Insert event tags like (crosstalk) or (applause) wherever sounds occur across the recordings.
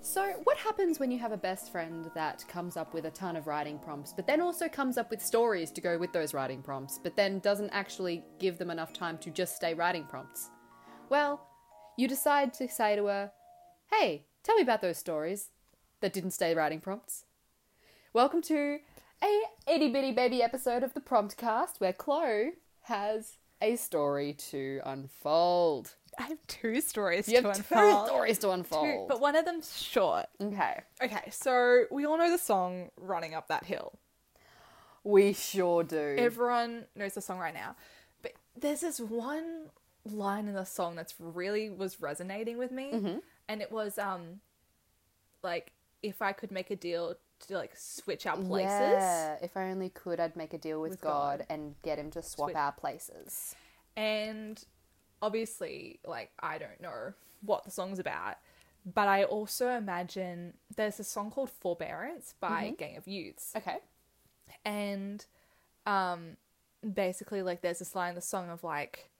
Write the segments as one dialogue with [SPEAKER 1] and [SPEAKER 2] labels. [SPEAKER 1] So, what happens when you have a best friend that comes up with a ton of writing prompts, but then also comes up with stories to go with those writing prompts, but then doesn't actually give them enough time to just stay writing prompts? Well, you decide to say to her, Hey, tell me about those stories that didn't stay writing prompts. Welcome to a itty bitty baby episode of the Promptcast where Chloe has a story to unfold.
[SPEAKER 2] I have two stories
[SPEAKER 1] You
[SPEAKER 2] to
[SPEAKER 1] have two
[SPEAKER 2] unfold.
[SPEAKER 1] stories to
[SPEAKER 2] Two-
[SPEAKER 1] unfold.
[SPEAKER 2] but one of them's short.
[SPEAKER 1] okay.
[SPEAKER 2] Okay, so we all know the song Running Up That Hill.
[SPEAKER 1] We sure
[SPEAKER 2] Mm.
[SPEAKER 1] do.
[SPEAKER 2] Everyone knows the song right now. But there's this one line in the song that's really was resonating with me. And it was um like if I could make a deal to like switch our places.
[SPEAKER 1] Yeah, if I only could, I'd make a deal with,
[SPEAKER 2] With
[SPEAKER 1] God,
[SPEAKER 2] God.
[SPEAKER 1] and get him to swap
[SPEAKER 2] Sweet.
[SPEAKER 1] our places.
[SPEAKER 2] And obviously, like, I don't know what the song's about, but I also imagine there's a song called Forbearance by Gang of Youths.
[SPEAKER 1] Okay.
[SPEAKER 2] And um, basically, like, there's this line in the song of, like,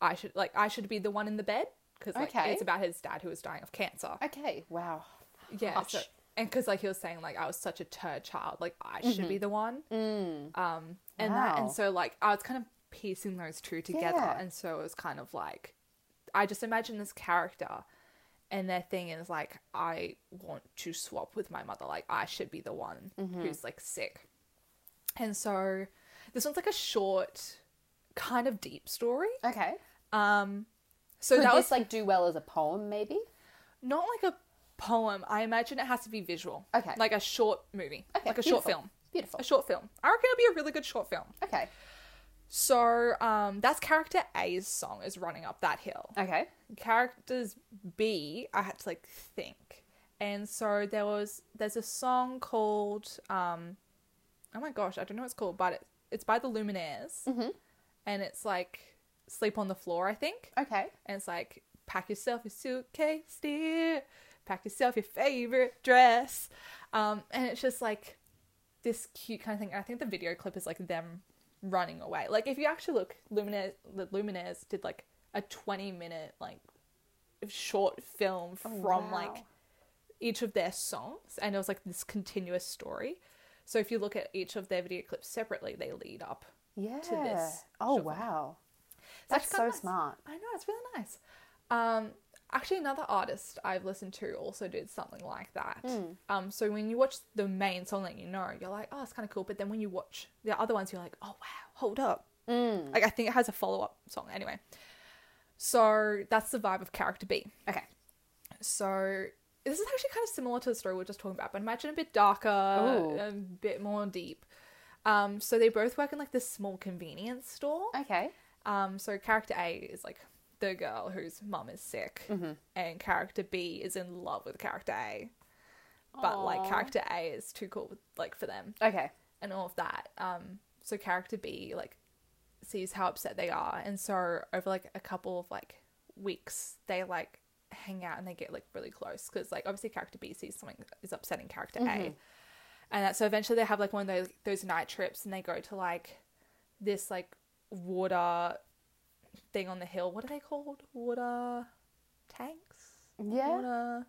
[SPEAKER 2] I should like I should be the one in the bed because like,
[SPEAKER 1] Okay.
[SPEAKER 2] it's about his dad who was dying of cancer.
[SPEAKER 1] Okay. Wow.
[SPEAKER 2] Yeah, so,
[SPEAKER 1] Hush.
[SPEAKER 2] and because like he was saying, like I was such a turd child, like I should be the one. Um, and that,
[SPEAKER 1] Mm-hmm. Mm. Wow.
[SPEAKER 2] and so like I was kind of piecing those two together,
[SPEAKER 1] Yeah.
[SPEAKER 2] and so it was kind of like I just imagine this character, and their thing is like I want to swap with my mother, like I should be the one
[SPEAKER 1] Mm-hmm.
[SPEAKER 2] who's like sick, and so this one's like a short, kind of deep story.
[SPEAKER 1] Okay.
[SPEAKER 2] Um, so
[SPEAKER 1] Could
[SPEAKER 2] that
[SPEAKER 1] this
[SPEAKER 2] was
[SPEAKER 1] like do well as a poem, maybe?
[SPEAKER 2] not like a poem. I imagine it has to be visual.
[SPEAKER 1] Okay.
[SPEAKER 2] Like a short movie.
[SPEAKER 1] Okay,
[SPEAKER 2] Like a short
[SPEAKER 1] beautiful.
[SPEAKER 2] film.
[SPEAKER 1] Beautiful.
[SPEAKER 2] A short film. I reckon it'll be a really good short film.
[SPEAKER 1] Okay.
[SPEAKER 2] So, um, that's character A's song is running up that hill.
[SPEAKER 1] Okay.
[SPEAKER 2] Characters B, I had to like think. And so there was there's a song called um oh my gosh, I don't know what it's called, but it, it's by the Luminaires. Mm-hmm. And it's like Sleep on the Floor, I think.
[SPEAKER 1] Okay.
[SPEAKER 2] And it's like, pack yourself your suitcase, dear. Pack yourself your favorite dress. Um, and it's just like this cute kind of thing. And I think the video clip is like them running away. Like if you actually look, Luminaires, the Luminaires did like a 20 minute like short film from like
[SPEAKER 1] wow.
[SPEAKER 2] each of their songs. And it was like this continuous story. So if you look at each of their video clips separately, they lead up.
[SPEAKER 1] Yeah.
[SPEAKER 2] this
[SPEAKER 1] oh
[SPEAKER 2] short film.
[SPEAKER 1] wow.
[SPEAKER 2] It's
[SPEAKER 1] That's
[SPEAKER 2] actually kinda
[SPEAKER 1] so
[SPEAKER 2] nice.
[SPEAKER 1] smart.
[SPEAKER 2] I know it's really nice. Um, actually, another artist I've listened to also did something like that.
[SPEAKER 1] Hmm.
[SPEAKER 2] Um, so when you watch the main song that you know, you're like, oh, it's kind of cool. But then when you watch the other ones, you're like, oh wow, hold up.
[SPEAKER 1] Hmm.
[SPEAKER 2] Like I think it has a follow up song anyway. So that's the vibe of character B.
[SPEAKER 1] Okay.
[SPEAKER 2] So this is actually kind of similar to the story we were just talking about, but imagine a bit darker,
[SPEAKER 1] Ooh.
[SPEAKER 2] a bit more deep. Um, so they both work in like this small convenience store.
[SPEAKER 1] Okay.
[SPEAKER 2] Um, so character A is like the girl whose mum is sick, and character B is in love with character A, but like
[SPEAKER 1] Aw.
[SPEAKER 2] character A is too cool with, like for them
[SPEAKER 1] Okay.
[SPEAKER 2] and all of that. Um, so character B like sees how upset they are, and so over like a couple of like weeks, they like hang out and they get like really close because like obviously character B sees something is upsetting character A,
[SPEAKER 1] Mm-hmm.
[SPEAKER 2] and that, so eventually they have like one of those those night trips and they go to like this like water thing on the hill. What are they called? Water tanks.
[SPEAKER 1] Yeah.
[SPEAKER 2] Water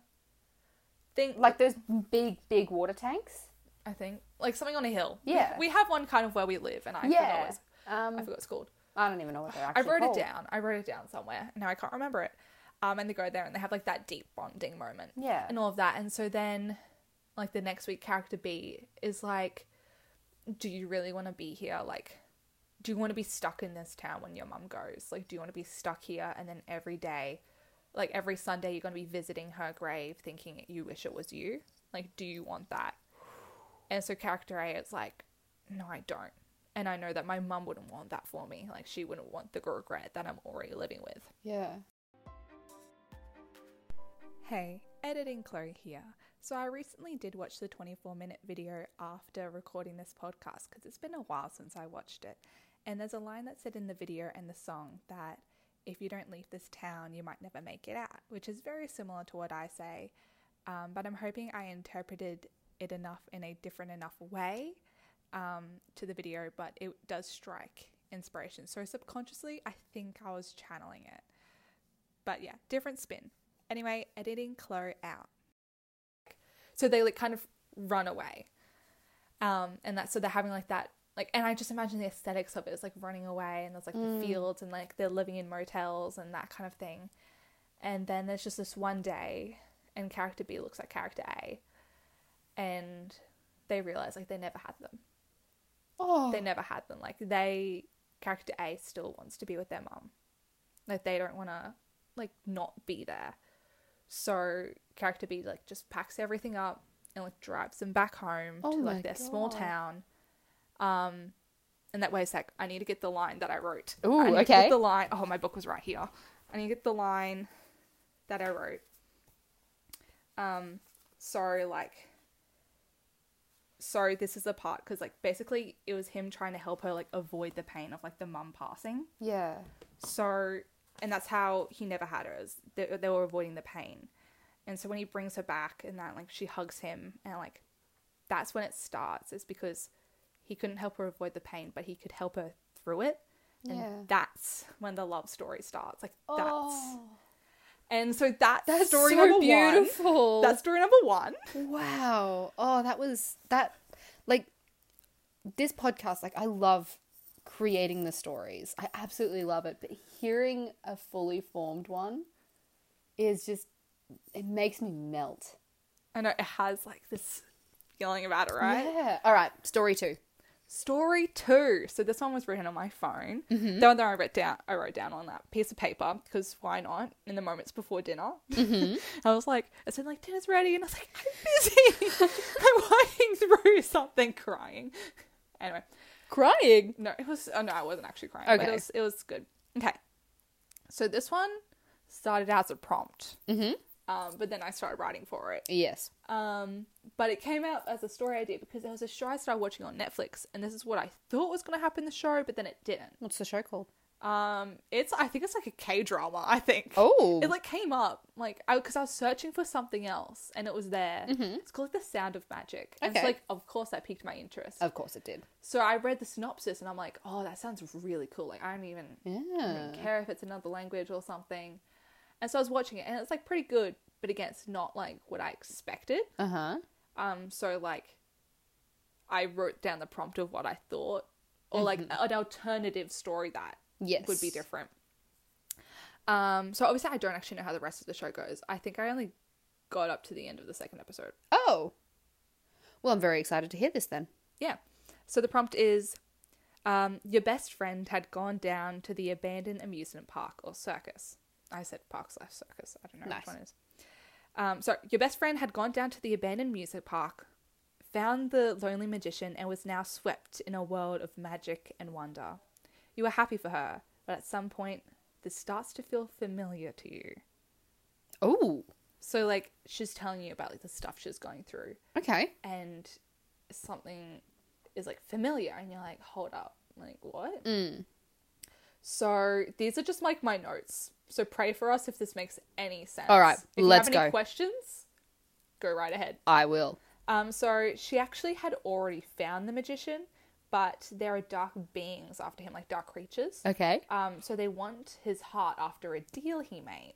[SPEAKER 2] thing
[SPEAKER 1] Like those big, big water tanks.
[SPEAKER 2] I think like something on a hill. We-
[SPEAKER 1] Yeah.
[SPEAKER 2] we, have one kind of where we live, and I forgot what
[SPEAKER 1] yeah.
[SPEAKER 2] it's,
[SPEAKER 1] Um,
[SPEAKER 2] I forgot it's called.
[SPEAKER 1] I don't even know what they're
[SPEAKER 2] I
[SPEAKER 1] actually
[SPEAKER 2] wrote
[SPEAKER 1] called.
[SPEAKER 2] it down. I wrote it down somewhere. Now I can't remember it. Um, and they go there and they have like that deep bonding moment.
[SPEAKER 1] Yeah.
[SPEAKER 2] And all of that. And so then, like the next week, character B is like, "Do you really want to be here? Like, do you want to be stuck in this town when your mum goes? Like, do you want to be stuck here? And then every day, like every Sunday, you're going to be visiting her grave, thinking you wish it was you. Like, do you want that? And so character A is like, no, I don't. And I know that my mum wouldn't want that for me. Like, she wouldn't want the regret that I'm already living with.
[SPEAKER 1] Yeah.
[SPEAKER 2] Hey, editing Chloe here. So I recently did watch the 24 minute video after recording this podcast because it's been a while since I watched it. And there's a line that said in the video and the song that if you don't leave this town, you might never make it out, which is very similar to what I say. Um, but I'm hoping I interpreted it enough in a different enough way um, to the video, but it does strike inspiration. So subconsciously, I think I was channeling it. But yeah, different spin. Anyway, editing Chloe out. So they like kind of run away. Um, and that's so they're having like that like and I just imagine the aesthetics of it is like running away and there's like the fields and like they're living in motels and that kind of thing. And then there's just this one day and character B looks at character A and they realize like they never had them.
[SPEAKER 1] Oh,
[SPEAKER 2] They never had them. Like they character A still wants to be with their mum. Like they don't want to like not be there. So character B like just packs everything up and like drives them back home
[SPEAKER 1] Oh
[SPEAKER 2] to
[SPEAKER 1] my
[SPEAKER 2] like their small
[SPEAKER 1] God.
[SPEAKER 2] town. Um and that way it's like I need to get the line that I wrote.
[SPEAKER 1] Ooh,
[SPEAKER 2] I need to
[SPEAKER 1] okay.
[SPEAKER 2] get the line. Oh, my book was right here. I need to get the line that I wrote. Um so like so this is the part cuz like basically it was him trying to help her like avoid the pain of like the mum passing.
[SPEAKER 1] yeah.
[SPEAKER 2] So, and that's how he never had her. Is they, they were avoiding the pain. And so when he brings her back and that, like, she hugs him, and like, that's when it starts, is because he couldn't help her avoid the pain, but he could help her through it. And
[SPEAKER 1] Yeah.
[SPEAKER 2] that's when the love story starts. Like, that's.
[SPEAKER 1] Oh,
[SPEAKER 2] And so that's,
[SPEAKER 1] that's
[SPEAKER 2] story
[SPEAKER 1] so
[SPEAKER 2] number
[SPEAKER 1] beautiful.
[SPEAKER 2] one. That's story number one.
[SPEAKER 1] Wow. Oh, that was that like this podcast like I love creating the stories. I absolutely love it, but hearing a fully formed one is just it makes me melt.
[SPEAKER 2] I know it has, like, this feeling about it, right?
[SPEAKER 1] Yeah. All right, story 2.
[SPEAKER 2] Story two. So this one was written on my phone. The one that I wrote down, I wrote down on that piece of paper because why not? In the moments before dinner, (laughs) I was like, I said like dinner's ready, and I was like, I'm busy. (laughs) I'm working through something, crying. Anyway,
[SPEAKER 1] Crying.
[SPEAKER 2] no, it was. Oh no, I wasn't actually crying. But
[SPEAKER 1] Okay.
[SPEAKER 2] it was. It was good. Okay. So this one started out as a prompt,
[SPEAKER 1] Mhm.
[SPEAKER 2] um, but then I started writing for it.
[SPEAKER 1] Yes.
[SPEAKER 2] Um, but it came out as a story idea because there was a show I started watching on Netflix, and this is what I thought was going to happen in the show, but then it didn't.
[SPEAKER 1] What's the show called?
[SPEAKER 2] Um, it's I think it's like a K drama. I think
[SPEAKER 1] Oh.
[SPEAKER 2] it like came up like I because I was searching for something else, and it was there. It's called The Sound of Magic. And
[SPEAKER 1] Mm-hmm. Okay. Oh.
[SPEAKER 2] it's like of course that piqued my interest.
[SPEAKER 1] of course it did.
[SPEAKER 2] so I read the synopsis, and I'm like, oh, that sounds really cool. Like I don't even I
[SPEAKER 1] Yeah.
[SPEAKER 2] don't even care if it's another language or something. And so I was watching it, and it's like pretty good, but again, it's not like what I expected.
[SPEAKER 1] Uh-huh.
[SPEAKER 2] Um, so like, I wrote down the prompt of what I thought, or like an alternative story that
[SPEAKER 1] Yes.
[SPEAKER 2] would be different. Um, so obviously I don't actually know how the rest of the show goes. I think I only got up to the end of the second episode.
[SPEAKER 1] Oh. Well, I'm very excited to hear this then.
[SPEAKER 2] Yeah. So the prompt is, um, your best friend had gone down to the abandoned amusement park or circus. I said park slash circus. I don't know
[SPEAKER 1] Nice.
[SPEAKER 2] which one it is. Um, so your best friend had gone down to the abandoned music park, found the lonely magician, and was now swept in a world of magic and wonder. You were happy for her, but at some point, this starts to feel familiar to you.
[SPEAKER 1] Oh.
[SPEAKER 2] So like she's telling you about like the stuff she's going through
[SPEAKER 1] Okay.
[SPEAKER 2] and something is like familiar and you're like hold up like what
[SPEAKER 1] Mm.
[SPEAKER 2] so these are just like my notes so pray for us if this makes any sense
[SPEAKER 1] All right,
[SPEAKER 2] if
[SPEAKER 1] let's
[SPEAKER 2] you have
[SPEAKER 1] go.
[SPEAKER 2] any questions go right ahead
[SPEAKER 1] I will.
[SPEAKER 2] um so she actually had already found the magician but there are dark beings after him like dark creatures
[SPEAKER 1] Okay.
[SPEAKER 2] um, so they want his heart after a deal he made.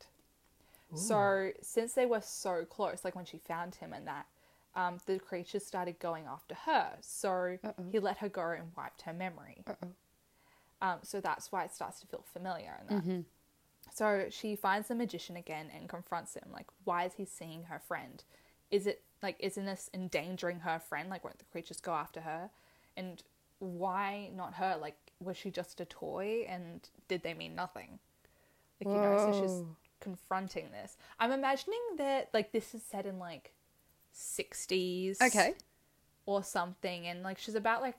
[SPEAKER 2] So since they were so close, like when she found him and that, um, the creatures started going after her. So he let her go and wiped her memory.
[SPEAKER 1] Uh-oh.
[SPEAKER 2] Um, so that's why it starts to feel familiar. And that. So she finds the magician again and confronts him. Like, why is he seeing her friend? Is it like, isn't this endangering her friend? Like, won't the creatures go after her? And why not her? Like, was she just a toy and did they mean nothing? Like, you know, so she's
[SPEAKER 1] Whoa.
[SPEAKER 2] confronting this. I'm imagining that, like, this is set in like 60s
[SPEAKER 1] Okay.
[SPEAKER 2] or something. And like, she's about like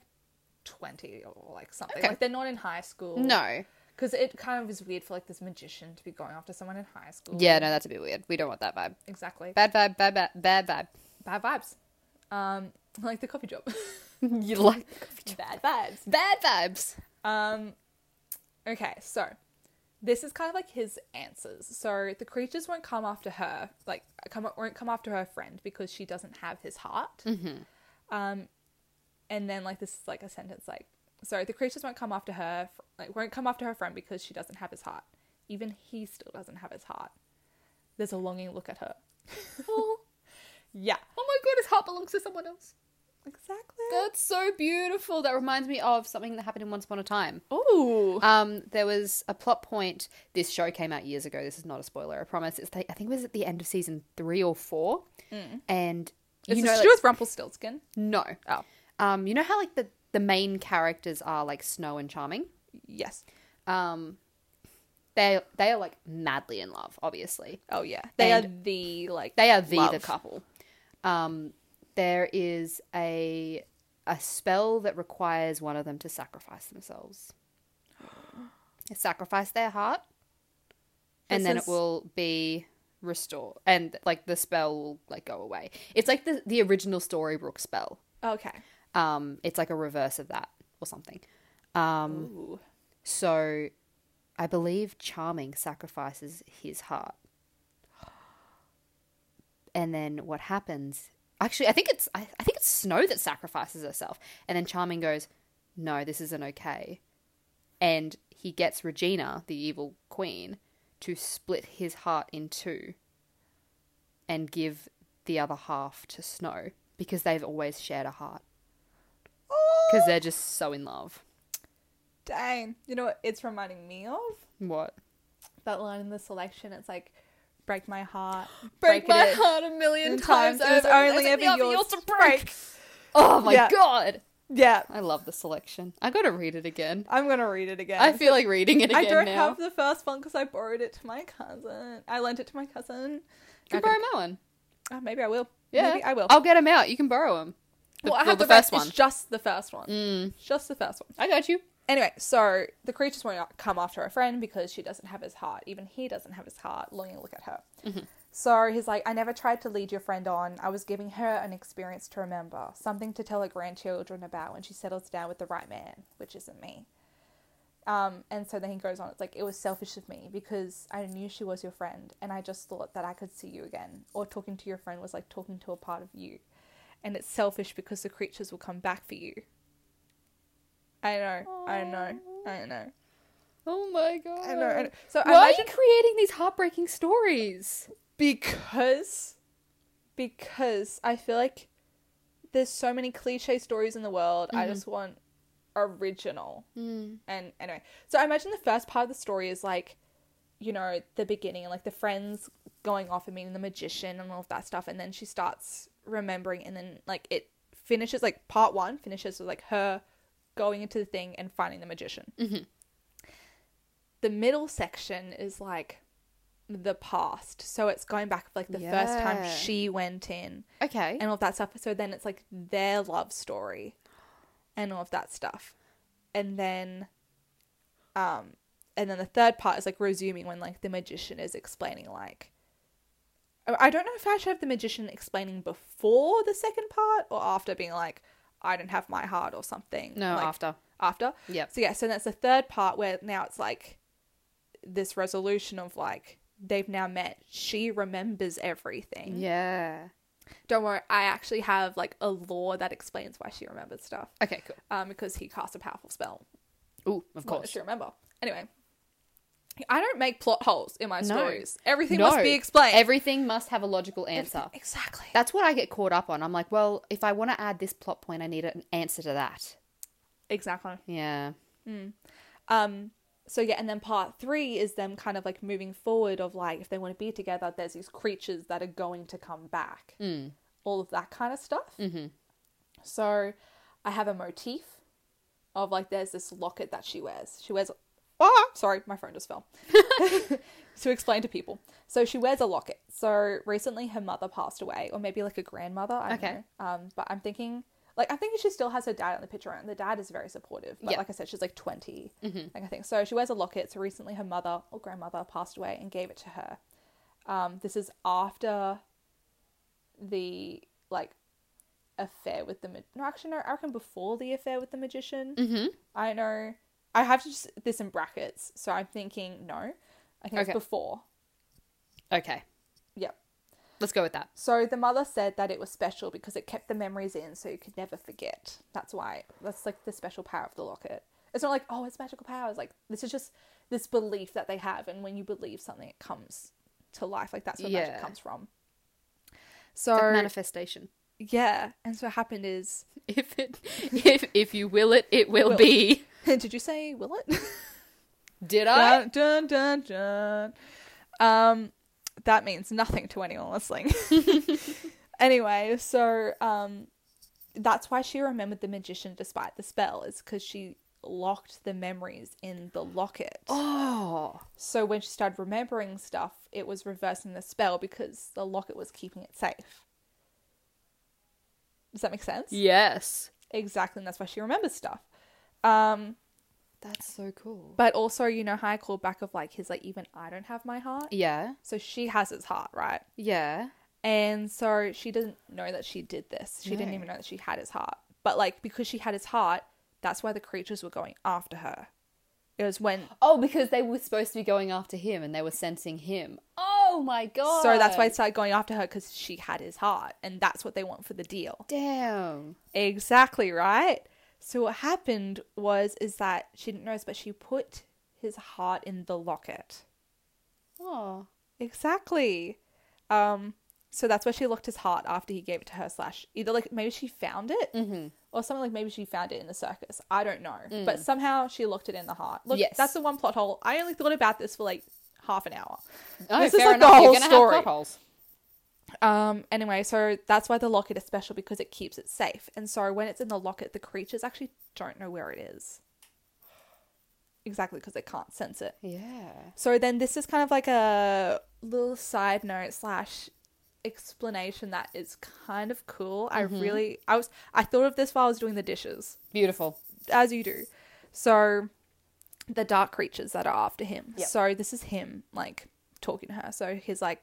[SPEAKER 2] 20 or like something.
[SPEAKER 1] Okay.
[SPEAKER 2] Like, they're not in high school.
[SPEAKER 1] No.
[SPEAKER 2] Because it kind of is weird for like this magician to be going after someone in high school.
[SPEAKER 1] Yeah, no, that's a bit weird. We don't want that vibe.
[SPEAKER 2] Exactly.
[SPEAKER 1] Bad vibe, bad vibe, bad vibe. (laughs)
[SPEAKER 2] Bad vibes. Um, (laughs) like the coffee job.
[SPEAKER 1] you like
[SPEAKER 2] Bad vibes.
[SPEAKER 1] bad vibes?
[SPEAKER 2] Um, okay, so this is kind of like his answers. So the creatures won't come after her, like come won't come after her friend because she doesn't have his heart.
[SPEAKER 1] Mm-hmm.
[SPEAKER 2] Um, and then like this is like a sentence like, so the creatures won't come after her, fr- like won't come after her friend because she doesn't have his heart. Even he still doesn't have his heart. There's a longing look at her. (laughs) Yeah.
[SPEAKER 1] Oh my god, his heart belongs to someone else.
[SPEAKER 2] Exactly.
[SPEAKER 1] That's so beautiful. That reminds me of something that happened in Once Upon a Time.
[SPEAKER 2] Ooh.
[SPEAKER 1] Um, there was a plot point. This show came out years ago. This is not a spoiler, I promise. It's the, I think it was at the end of season three or four, Mm. and
[SPEAKER 2] Is
[SPEAKER 1] you
[SPEAKER 2] this
[SPEAKER 1] know,
[SPEAKER 2] to
[SPEAKER 1] like,
[SPEAKER 2] do with Rumpelstiltskin?
[SPEAKER 1] no,
[SPEAKER 2] Oh.
[SPEAKER 1] um, you know how like the the main characters are like Snow and Charming.
[SPEAKER 2] Yes.
[SPEAKER 1] Um, they they are like madly in love. Obviously,
[SPEAKER 2] Oh yeah. They are
[SPEAKER 1] And
[SPEAKER 2] the like
[SPEAKER 1] they are the the
[SPEAKER 2] love.
[SPEAKER 1] couple. Um, there is a a spell that requires one of them to sacrifice themselves. (gasps) sacrifice their heart, and
[SPEAKER 2] This
[SPEAKER 1] then
[SPEAKER 2] is-
[SPEAKER 1] it will be restored, and like the spell will like go away. It's like the the original Storybrooke spell.
[SPEAKER 2] Okay.
[SPEAKER 1] Um, it's like a reverse of that or something. Um,
[SPEAKER 2] Ooh.
[SPEAKER 1] so I believe Charming sacrifices his heart. And then what happens? Actually, I think it's I, I think it's Snow that sacrifices herself. And then Charming goes, "No, this isn't okay." And he gets Regina, the evil queen, to split his heart in two and give the other half to Snow because they've always shared a heart because they're just so in love.
[SPEAKER 2] Dang. You know what it's reminding me of?
[SPEAKER 1] What?
[SPEAKER 2] That line in the selection, it's like break
[SPEAKER 1] (gasps)
[SPEAKER 2] my heart.
[SPEAKER 1] break,
[SPEAKER 2] it
[SPEAKER 1] my
[SPEAKER 2] in."
[SPEAKER 1] heart a million
[SPEAKER 2] And
[SPEAKER 1] times.
[SPEAKER 2] times it was
[SPEAKER 1] over.
[SPEAKER 2] only
[SPEAKER 1] Isn't
[SPEAKER 2] ever
[SPEAKER 1] the other
[SPEAKER 2] yours
[SPEAKER 1] yours to
[SPEAKER 2] to
[SPEAKER 1] break.
[SPEAKER 2] break.
[SPEAKER 1] Oh my
[SPEAKER 2] Yeah.
[SPEAKER 1] god,
[SPEAKER 2] Yeah.
[SPEAKER 1] I love the selection. I gotta read it again.
[SPEAKER 2] I'm gonna read it again.
[SPEAKER 1] I feel like reading it again
[SPEAKER 2] I don't
[SPEAKER 1] now.
[SPEAKER 2] have the first one because I borrowed it to my cousin. I lent it to my cousin.
[SPEAKER 1] You can
[SPEAKER 2] I
[SPEAKER 1] borrow my one.
[SPEAKER 2] Oh, maybe I will.
[SPEAKER 1] Yeah,
[SPEAKER 2] Maybe I will.
[SPEAKER 1] I'll get them out. You can borrow them. The,
[SPEAKER 2] well, I
[SPEAKER 1] well,
[SPEAKER 2] have
[SPEAKER 1] the,
[SPEAKER 2] the, rest.
[SPEAKER 1] first one. Mm.
[SPEAKER 2] It's just the first one. Just the first one.
[SPEAKER 1] I got you.
[SPEAKER 2] Anyway, so the creatures won't come after her friend because she doesn't have his heart. Even he doesn't have his heart. Longing to look at her. So he's like, I never tried to lead your friend on. I was giving her an experience to remember, something to tell her grandchildren about when she settles down with the right man, which isn't me. Um, and so then he goes on, it's like, it was selfish of me because I knew she was your friend and I just thought that I could see you again. Or talking to your friend was like talking to a part of you. And it's selfish because the creatures will come back for you. I know, I know, I know,
[SPEAKER 1] Oh my god.
[SPEAKER 2] I know. I know. So I
[SPEAKER 1] Why are
[SPEAKER 2] imagine
[SPEAKER 1] you creating these heartbreaking stories?
[SPEAKER 2] because because I feel like there's so many cliche stories in the world. I just want original. And anyway, so I imagine the first part of the story is like, you know, the beginning, like the friends going off and meeting the magician and all of that stuff, and then she starts remembering, and then like it finishes like part one finishes with like her going into the thing and finding the magician.
[SPEAKER 1] Mhm.
[SPEAKER 2] The middle section is like the past, so it's going back like the first time
[SPEAKER 1] Yeah.
[SPEAKER 2] she went in
[SPEAKER 1] Okay.
[SPEAKER 2] and all of that stuff. So then it's like their love story and all of that stuff. And then um and then the third part is like resuming when like the magician is explaining like I- I don't know if I should have the magician explaining before the second part or after being like I don't have my heart or something.
[SPEAKER 1] no,
[SPEAKER 2] like,
[SPEAKER 1] after.
[SPEAKER 2] after.
[SPEAKER 1] Yep.
[SPEAKER 2] So yeah, so that's the third part where now it's like this resolution of like they've now met. She remembers everything.
[SPEAKER 1] Yeah.
[SPEAKER 2] Don't worry, I actually have like a law that explains why she remembers stuff.
[SPEAKER 1] Okay, cool.
[SPEAKER 2] Um, because he cast a powerful spell.
[SPEAKER 1] Ooh, of
[SPEAKER 2] What does
[SPEAKER 1] course.
[SPEAKER 2] she remember? Anyway, I don't make plot holes in my
[SPEAKER 1] No.
[SPEAKER 2] stories. Everything
[SPEAKER 1] No.
[SPEAKER 2] must be explained.
[SPEAKER 1] Everything must have a logical answer.
[SPEAKER 2] Exactly.
[SPEAKER 1] That's what I get caught up on. I'm like, well, if I want to add this plot point, I need an answer to that.
[SPEAKER 2] Exactly.
[SPEAKER 1] Yeah.
[SPEAKER 2] Um, so yeah, and then part three is them kind of like moving forward of like if they want to be together, there's these creatures that are going to come back.
[SPEAKER 1] Mm.
[SPEAKER 2] All of that kind of stuff.
[SPEAKER 1] Mhm.
[SPEAKER 2] So I have a motif of like there's this locket that she wears. She wears
[SPEAKER 1] Ah.
[SPEAKER 2] Oh sorry, my phone just fell.
[SPEAKER 1] (laughs)
[SPEAKER 2] to explain to people. So she wears a locket. So recently her mother passed away, or maybe like a grandmother. I don't
[SPEAKER 1] Okay.
[SPEAKER 2] know. Um, but I'm thinking like I'm thinking she still has her dad in the picture and the dad is very supportive. But
[SPEAKER 1] Yeah. Mm-hmm.
[SPEAKER 2] like I said, she's like 20 Like I think. So she wears a locket. So recently her mother or grandmother passed away and gave it to her. Um, this is after the like affair with the ma- no actually no I reckon before the affair with the magician
[SPEAKER 1] Mm-hmm.
[SPEAKER 2] I know I have to just this in brackets so I'm thinking no I think
[SPEAKER 1] Okay.
[SPEAKER 2] it's before
[SPEAKER 1] Okay.
[SPEAKER 2] Yep.
[SPEAKER 1] Let's go with that.
[SPEAKER 2] so the mother said that it was special because it kept the memories in so you could never forget that's why that's like the special power of the locket it's not like oh it's magical powers like this is just this belief that they have and when you believe something it comes to life like that's where
[SPEAKER 1] Yeah.
[SPEAKER 2] magic comes from So
[SPEAKER 1] like manifestation. (laughs)
[SPEAKER 2] yeah, and so what happened is,
[SPEAKER 1] If it if if you will it, it will,
[SPEAKER 2] Will.
[SPEAKER 1] be.
[SPEAKER 2] (laughs) did you say will
[SPEAKER 1] (laughs)
[SPEAKER 2] it?
[SPEAKER 1] Did I?
[SPEAKER 2] dun, dun dun dun. Um, that means nothing to anyone listening. (laughs) anyway, so um, that's why she remembered the magician despite the spell is because she locked the memories in the locket.
[SPEAKER 1] Oh.
[SPEAKER 2] So when she started remembering stuff, it was reversing the spell because the locket was keeping it safe. Does that make sense?
[SPEAKER 1] Yes.
[SPEAKER 2] Exactly, and that's why she remembers stuff. Um,
[SPEAKER 1] That's so cool.
[SPEAKER 2] but also, you know, how I called back of like his like even I don't have my heart.
[SPEAKER 1] yeah.
[SPEAKER 2] So she has his heart, right?
[SPEAKER 1] Yeah.
[SPEAKER 2] And so she doesn't know that she did this. She didn't
[SPEAKER 1] No.
[SPEAKER 2] even know that she had his heart. But like because she had his heart, that's why the creatures were going after her. It was when
[SPEAKER 1] Oh, because they were supposed to be going after him and they were sensing him. Oh my god.
[SPEAKER 2] so that's why it started going after her because she had his heart, and that's what they want for the deal.
[SPEAKER 1] Damn.
[SPEAKER 2] Exactly right. So what happened was is that she didn't notice, but she put his heart in the locket.
[SPEAKER 1] Oh.
[SPEAKER 2] Exactly. Um. So that's where she looked his heart after he gave it to her. Slash, either like maybe she found it,
[SPEAKER 1] Mm-hmm. Mm.
[SPEAKER 2] or something like maybe she found it in the circus. I don't know. But somehow she looked it in the heart. Look,
[SPEAKER 1] Yes.
[SPEAKER 2] that's the one plot hole. I only thought about this for like half an hour.
[SPEAKER 1] Oh,
[SPEAKER 2] This is
[SPEAKER 1] fair
[SPEAKER 2] like the
[SPEAKER 1] enough.
[SPEAKER 2] whole
[SPEAKER 1] You're gonna
[SPEAKER 2] story.
[SPEAKER 1] have potholes.
[SPEAKER 2] Um, anyway, so that's why the locket is special because it keeps it safe. And so when it's in the locket, the creatures actually don't know where it is. Exactly, because they can't sense it.
[SPEAKER 1] Yeah.
[SPEAKER 2] So then this is kind of like a little side note slash explanation that is kind of cool. I really I was I thought of this while I was doing the dishes.
[SPEAKER 1] Beautiful.
[SPEAKER 2] as you do. So the dark creatures that are after him.
[SPEAKER 1] Yep.
[SPEAKER 2] So this is him like talking to her. So he's like,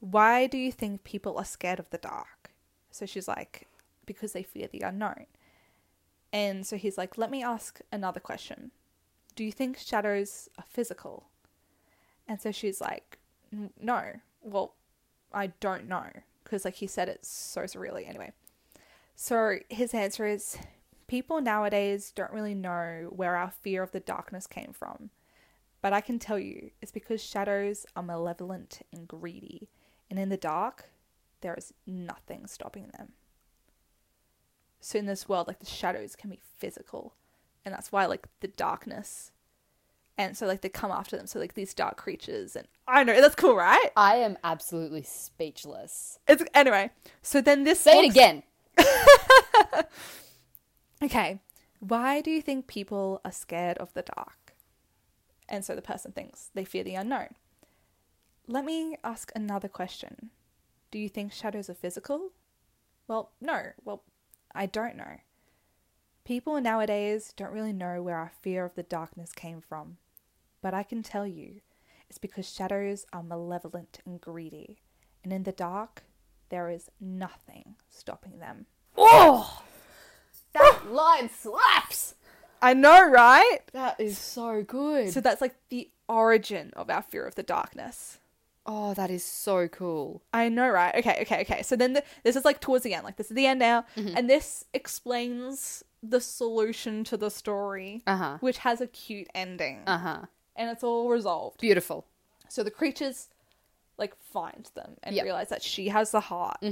[SPEAKER 2] "Why do you think people are scared of the dark?" So she's like, "Because they fear the unknown." And so he's like, "Let me ask another question. Do you think shadows are physical?" And so she's like, "N- "No. Well, I don't know." Cuz like he said it so surreally anyway. So his answer is people nowadays don't really know where our fear of the darkness came from. But I can tell you, it's because shadows are malevolent and greedy, and in the dark, there is nothing stopping them. So in this world, like the shadows can be physical, and that's why like the darkness, and so like they come after them. So like these dark creatures, and I know that's cool, right?
[SPEAKER 1] I am absolutely speechless.
[SPEAKER 2] It's anyway. So then this
[SPEAKER 1] Say it
[SPEAKER 2] walks-
[SPEAKER 1] again.
[SPEAKER 2] Okay, why do you think people are scared of the dark? And so the person thinks they fear the unknown. Let me ask another question. Do you think shadows are physical? Well, no. Well, I don't know. People nowadays don't really know where our fear of the darkness came from. But I can tell you, it's because shadows are malevolent and greedy. And in the dark, there is nothing stopping them.
[SPEAKER 1] Oh, that line slaps.
[SPEAKER 2] I know, right?
[SPEAKER 1] That is so good.
[SPEAKER 2] So that's like the origin of our fear of the darkness.
[SPEAKER 1] oh, that is so cool.
[SPEAKER 2] I know, right? Okay, okay, okay. So then the, this is like towards the end, like this is the end now, and this explains the solution to the story,
[SPEAKER 1] Uh huh.
[SPEAKER 2] which has a cute ending,
[SPEAKER 1] Uh huh.
[SPEAKER 2] and it's all resolved.
[SPEAKER 1] Beautiful.
[SPEAKER 2] So the creatures like find them and
[SPEAKER 1] Yep.
[SPEAKER 2] realize that she has the heart,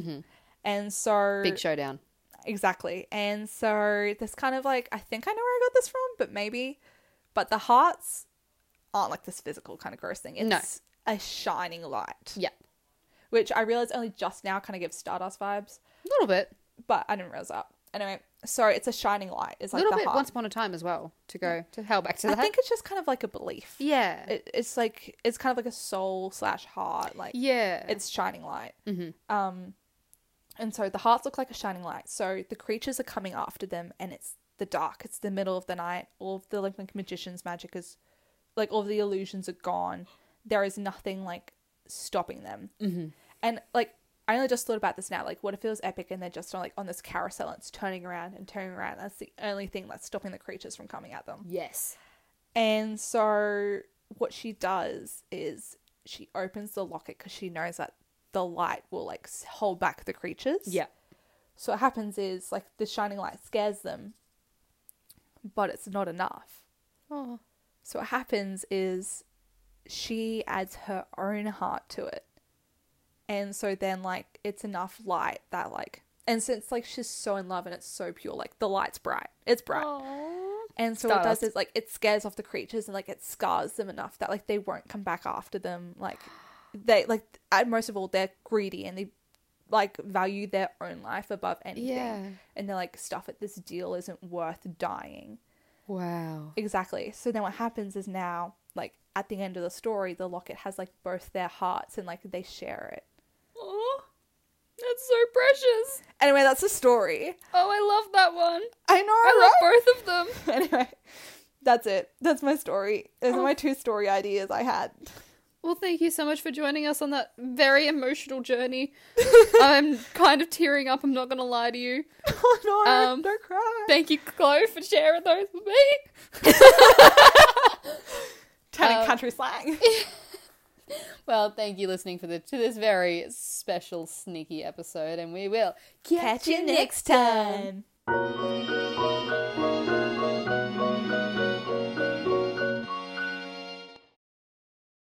[SPEAKER 2] and so
[SPEAKER 1] Big showdown.
[SPEAKER 2] Exactly. And so this kind of like I think I know where I got this from, but maybe but the hearts aren't like this physical kind of gross thing.
[SPEAKER 1] No.
[SPEAKER 2] It's a shining light.
[SPEAKER 1] Yeah.
[SPEAKER 2] Which I realized only just now kind of gives Stardust vibes,
[SPEAKER 1] A little bit.
[SPEAKER 2] but I didn't realize that. Anyway, so it's a shining light. It's
[SPEAKER 1] A
[SPEAKER 2] like
[SPEAKER 1] little
[SPEAKER 2] the
[SPEAKER 1] bit
[SPEAKER 2] heart.
[SPEAKER 1] once upon a time as well to go to hell back to
[SPEAKER 2] I
[SPEAKER 1] that.
[SPEAKER 2] think it's just kind of like a belief.
[SPEAKER 1] yeah.
[SPEAKER 2] It, it's like it's kind of like a soul slash heart. Like
[SPEAKER 1] yeah.
[SPEAKER 2] it's shining light.
[SPEAKER 1] Mhm.
[SPEAKER 2] Um, and so the hearts look like a shining light. So the creatures are coming after them, and it's the dark. It's the middle of the night. All of the like, like magician's magic is, like all the illusions are gone. There is nothing like stopping them.
[SPEAKER 1] mm-hmm.
[SPEAKER 2] And like I only just thought about this now. Like, what if it was epic and they're just on like on this carousel and it's turning around and turning around? That's the only thing that's stopping the creatures from coming at them.
[SPEAKER 1] Yes.
[SPEAKER 2] And so what she does is she opens the locket because she knows that the light will like s- hold back the creatures.
[SPEAKER 1] Yeah.
[SPEAKER 2] So what happens is like the shining light scares them, but it's not enough.
[SPEAKER 1] Oh.
[SPEAKER 2] So what happens is she adds her own heart to it. And so then like it's enough light that like and since like she's so in love and it's so pure, like the light's bright. It's bright. And so what it does
[SPEAKER 1] Stardust.
[SPEAKER 2] is like it scares off the creatures and like it scars them enough that like they won't come back after them. Like they like at most of all they're greedy and they like value their own life above anything.
[SPEAKER 1] Yeah.
[SPEAKER 2] And they're like, stuff it, this deal isn't worth dying.
[SPEAKER 1] Wow.
[SPEAKER 2] Exactly. So then what happens is now, like at the end of the story, the locket has like both their hearts and like they share it.
[SPEAKER 1] Oh, that's so precious.
[SPEAKER 2] Anyway, that's the story.
[SPEAKER 1] Oh, I love that one.
[SPEAKER 2] I know.
[SPEAKER 1] I love both Oh. of them.
[SPEAKER 2] right? (laughs) anyway, that's it. That's my story. Those are my two story ideas I had.
[SPEAKER 1] Well, thank you so much for joining us on that very emotional (laughs) journey. I'm kind of tearing up, I'm not going to lie to you.
[SPEAKER 2] oh no!
[SPEAKER 1] Um,
[SPEAKER 2] don't cry.
[SPEAKER 1] Thank you, Chloe, for sharing those with me.
[SPEAKER 2] Turning
[SPEAKER 1] um,
[SPEAKER 2] country slang.
[SPEAKER 1] Well, thank you listening for the to this very special sneaky episode and we will
[SPEAKER 2] Catch you next time.